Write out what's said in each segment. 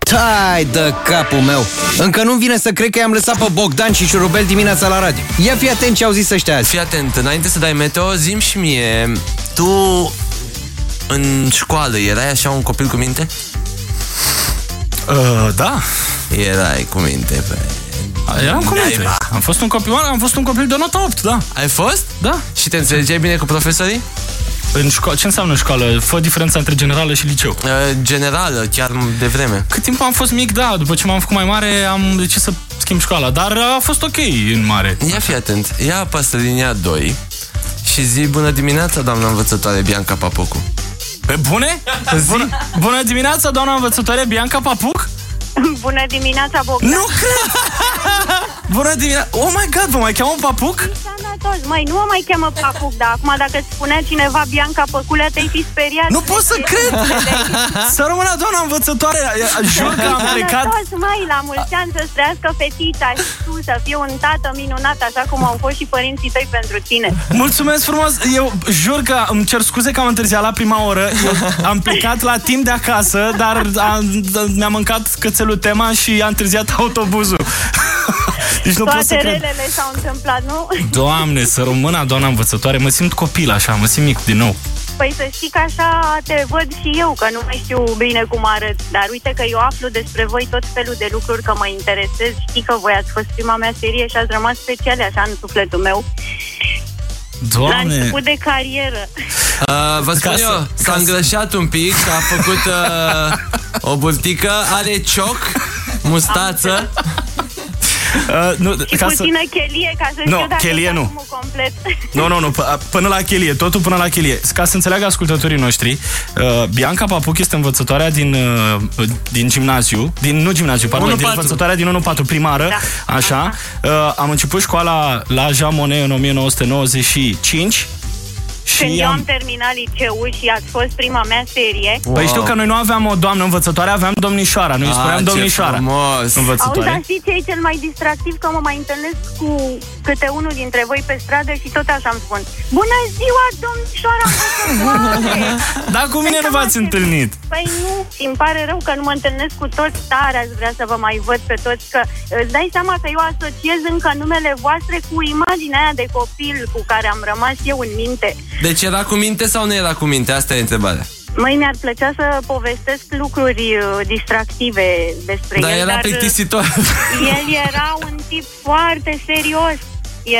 Tai de capul meu! Încă nu vine să cred că i-am lăsat pe Bogdan și Șurubel dimineața la radio. Ia fi atent ce au zis ăștia azi. Fii atent, înainte să dai meteo, zim și mie, tu în școală erai așa un copil cu minte? Uh, da, Erai cu minte, pe... eram cu N-ai, minte. mă. Am fost un copil, am fost un copil de notă 8, da. Ai fost? Da. Și te înțelegeai bine cu profesorii? În șco- ce înseamnă școală? Fă diferența între generală și liceu. Uh, Generală, chiar de vreme. Cât timp am fost mic, da, după ce m-am făcut mai mare, am decis să schimb școala, dar uh, a fost ok în mare. Ia fi atent, ia apasă linia 2 și zi bună dimineața, doamna învățătoare Bianca Papocu. Pe bune? Bună, bună dimineața, doamna învățătoare Bianca Papuc? Bună dimineața, Bogdan! Nu cred! Bună dimineața! Oh my god, vă mai cheamă Papuc? Sănătos, măi, nu o mai cheamă Papuc, dar acum dacă îți spunea cineva Bianca Păculea, te-ai fi speriat. Nu pot să cred! Să rămână doamna învățătoare! Jur că am plecat... Sănătos, măi, la mulți ani să-ți trăiască fetița și tu să fii un tată minunat, așa cum au fost și părinții tăi pentru tine. Mulțumesc frumos! Eu jur că îmi cer scuze că am întârziat la prima oră. Eu am plecat la timp de acasă, dar am, mi-a mâncat cățelul tema și a întârziat autobuzul. Deci nu pot să Toate cred. relele s-au întâmplat, nu? Doamne, să rămână doamna învățătoare, mă simt copil așa, mă simt mic din nou. Păi să știi că așa te văd și eu, că nu mai știu bine cum arăt, dar uite că eu aflu despre voi tot felul de lucruri că mă interesez. Știi că voi ați fost prima mea serie și ați rămas speciale așa în sufletul meu. La Doamne, început de carieră. Uh, vă spun Ca să- eu, s-a îngrășat un pic, a făcut uh, o burtică, are cioc, mustață. uh, nu, Și ca să... puțină chelie, ca să Nu, știu dacă chelie e nu. albumul complet. Nu, nu, nu, p- până la chelie, totul până la chelie. Ca să înțeleagă ascultătorii noștri, uh, Bianca Papuc este învățătoarea din, uh, din gimnaziu, din, nu gimnaziu, pardon, 1-4. din învățătoarea din 1-4 primară, Da. așa. Uh, am început școala la Jean Monnet în 1995 și Când eu am... am terminat liceul și ați fost prima mea serie, Păi știu că noi nu aveam o doamnă învățătoare, aveam domnișoara, noi îi Ah, Deci spuneam ce domnișoara. frumos. Auzi, Învățătoare. dar știi ce e cel mai distractiv? Că mă mai întâlnesc cu câte unul dintre voi pe stradă și tot așa îmi spun Bună ziua, domnișoara învățătoare! Dar cu mine Păi nu cam v-ați așa e. întâlnit. Păi nu, și îmi pare rău că nu mă întâlnesc cu toți, dar aș vrea să vă mai văd pe toți Că îți dai seama că eu asociez încă numele voastre cu imaginea aia de copil cu care am rămas eu în minte Deci era cu minte sau nu era cu minte? Asta e întrebarea. Măi, mi-ar plăcea să povestesc lucruri uh, distractive despre Dar el, Da, era dar uh, plictisitor. el era un tip foarte serios.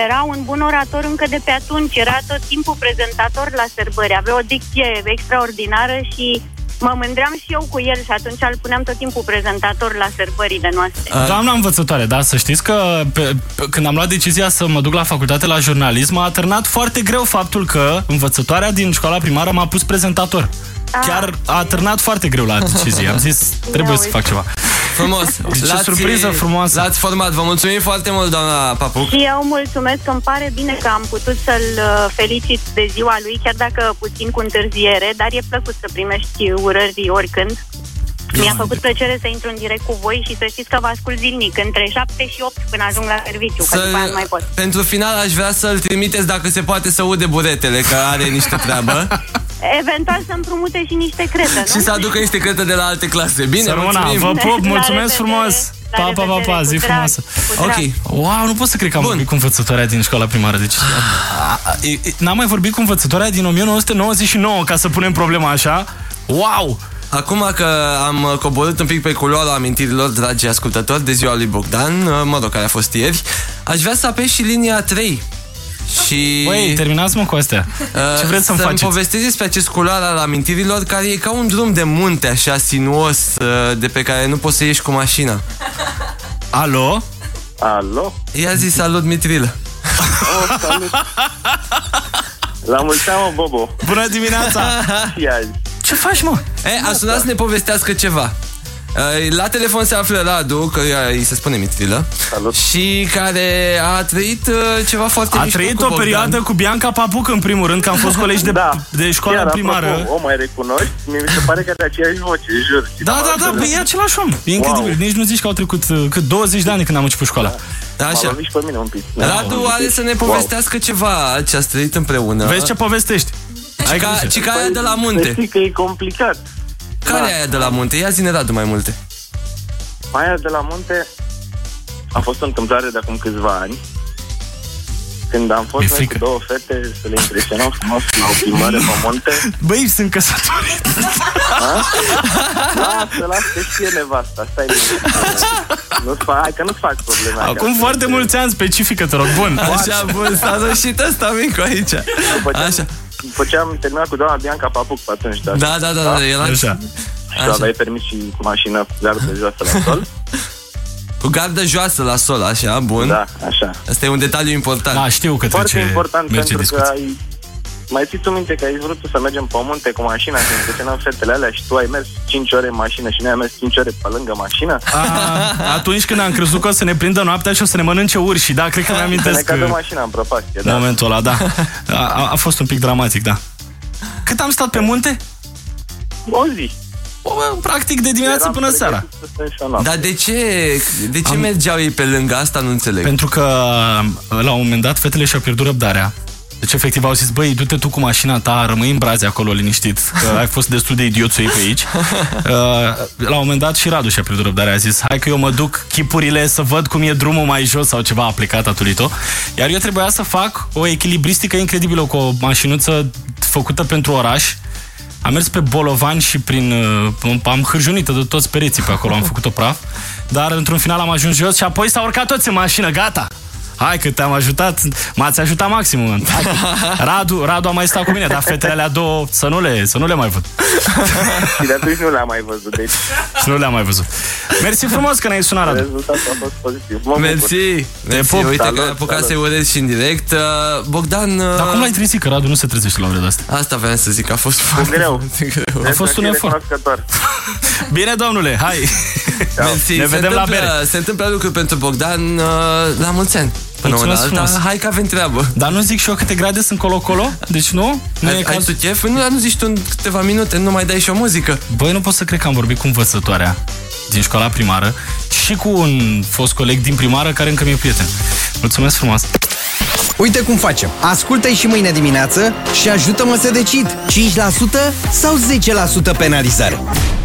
Era un bun orator încă de pe atunci, era tot timpul prezentator la sărbări, avea o dicție extraordinară și mă mândream și eu cu el și atunci îl puneam tot timpul prezentator la sărbările noastre. Doamna învățătoare, da, să știți că pe, pe, când am luat decizia să mă duc la facultate la jurnalism, m-a atârnat foarte greu faptul că învățătoarea din școala primară m-a pus prezentator. Ah. Chiar a atârnat foarte greu la decizie. Am zis, trebuie să uite. fac ceva. Frumos. Ce L-ați- surpriză frumoasă. L-ați format. Vă mulțumim foarte mult, doamna Papuc. Și eu mulțumesc, îmi pare bine că am putut să-l uh, felicit de ziua lui, chiar dacă puțin cu întârziere, dar e plăcut să primești urări oricând. Mi-a făcut plăcere să intru în direct cu voi și să știți că vă ascult zilnic, între 7 și 8 până ajung la serviciu, că după aia nu mai pot. Pentru final aș vrea să-l trimiteți dacă se poate să ude buretele, că are niște treabă Eventual să împrumute și niște crete, nu? și să aducă niște crete de la alte clase. Bine, Să rămână, mulțumim. vă pup, La mulțumesc revedere, frumos! la Pa, pa, pa, revedere, pa, cu zi drag, frumoasă! cu drag. Ok, Wow, nu pot să cred că am Bun. Ah. vorbit cu învățătoarea din școala primară. Deci, A, e- e- n-am mai vorbit cu învățătoarea din 1999, ca să punem problema așa. Wow! Acum că am uh, coborât un pic pe culoarea amintirilor, dragi ascultători, de ziua lui Bogdan, uh, mă rog, care a fost ieri, aș vrea să apeși și linia 3. Și Băi, terminați-mă cu astea. Păi, uh, Ce vreți să-mi să-mi faceți? povestesc despre acest culoar al amintirilor care e ca un drum de munte așa sinuos uh, de pe care nu poți să ieși cu mașina. Alo? Alo? Ia zi salut Mitrilă. Oh, salut! La mulți ani, mă, Bobo! Bună dimineața! Și azi. Ce faci, mă? E, Eh, a sunat să ne povestească ceva. Uh, La telefon se află Radu, că uh, îi se spune Mitrilă, Salut. și care a trăit uh, ceva foarte A mișto trăit cu o Bogdan. perioadă cu Bianca Papuc, în primul rând, că am fost colegi de, de școală Da. Chiar, în eh? primară. Apropo, o mai recunoști? Mie mi se pare că are aceeași voce, jur. Și Da, m-am da, da, lovit- păi e același om. E incredibil. Wow. Nici nu zici că au trecut uh, cât 20 de ani când am început școala. M-a Așa. lovit și pe mine un pic. Da. Radu are să ne povestească ceva ce ați trăit împreună. Vezi ce povestești? Ai Cica, grijă. cica aia Păi, de la să munte. Știi că e complicat. Care e aia de la munte? Ia zine, Radu, mai multe. Aia de la munte a fost o întâmplare de acum câțiva ani când am Mi-e fost noi frică. cu două fete să le impresionăm frumos la o primare pe munte. Băi, sunt căsătorit. Ah. Lasă, lasă că știe nevasta, stai bine. Nu-ți fac, hai că nu-ți fac probleme. Acum acasă. foarte mulți ani specifică, te rog. Bun. Așa, bun, s-a sfârșit ăsta, Mincu, aici. După ce, Așa. Așa. după ce am terminat cu doamna Bianca Papuc pe atunci, da, Da, da, da, da, era... Așa. și așa. aveai permis și cu mașină gardă de joasă la sol. Cu gardă joasă la sol, așa, bun. Da, așa. Asta e un detaliu important. Da, știu că Foarte trece, important merge pentru discuția. că ai... Mai ții tu minte că ai vrut tu să mergem pe munte cu mașina și impresionam fetele alea și tu ai mers 5 ore în mașină și noi am mers 5 ore pe lângă mașină? A, Ah, atunci când am crezut că o să ne prindă noaptea și o să ne mănânce urși, da, cred că Să ne mi-amintesc cadă că... mașina în prăpastie, Da. da. Momentul ăla, da. A, a fost un pic dramatic, da. Cât am stat pe munte? O zi. O, bă, practic de dimineață Eram până seara. pregătit să stăm și o noapte. Dar de ce, de ce Am... mergeau ei pe lângă asta, nu înțeleg. Pentru că la un moment dat fetele și-au pierdut răbdarea. Deci efectiv au zis, băi, du-te tu cu mașina ta, rămâi în braze acolo liniștit, că ai fost destul de idiot să iei pe aici. Uh, La un moment dat și Radu și-a pierdut răbdarea, a zis, hai că eu mă duc chipurile să văd cum e drumul mai jos sau ceva aplicat atulito. Iar eu trebuia să fac o echilibristică incredibilă cu o mașinuță făcută pentru oraș, am mers pe Bolovan și prin... uh, Am hârjunită de toți pereții pe acolo, am făcut-o praf. Dar într-un final am ajuns jos și apoi s-au urcat toți în mașină, gata! Hai că te-am ajutat, m-ați ajutat maxim. Hai că- Radu, Radu a mai stat cu mine, dar fetele alea două, să nu le, să nu le mai văd. Da. Și de atunci nu l-am mai văzut, deci Să nu le-am mai văzut. Mersi frumos că ne-ai sunat, Radu. rezultatul a fost pozitiv. Mă Mersi, bucur. mersi. pup. uite Salut, că ai apucat salut. să-i urez și în direct. Uh, Bogdan, uh, Dar cum l-ai trezit că Radu nu se trezește la ore de asta? asta vreau să zic, a fost foarte greu. greu. A fost un Deci, efort. recunoscător. Bine, domnule, hai! Mersi, Ne se vedem la întâmplă- Se întâmplă lucruri pentru Bogdan uh, la mulți ani. Până una Mulțumesc alta, frumos. hai că avem treabă. Dar nu zic și eu câte grade sunt colo-colo? Deci nu? Nu e Ai, ai cazul? tu chef? Nu, dar nu zici tu în câteva minute, nu mai dai și o muzică. Băi, nu pot să cred că am vorbit cu învățătoarea din școala primară și cu un fost coleg din primară care încă mi-e prieten. Mulțumesc frumos! Uite cum facem. Ascultă-i și mâine dimineață și ajută-mă să decid. 5% sau 10% penalizare?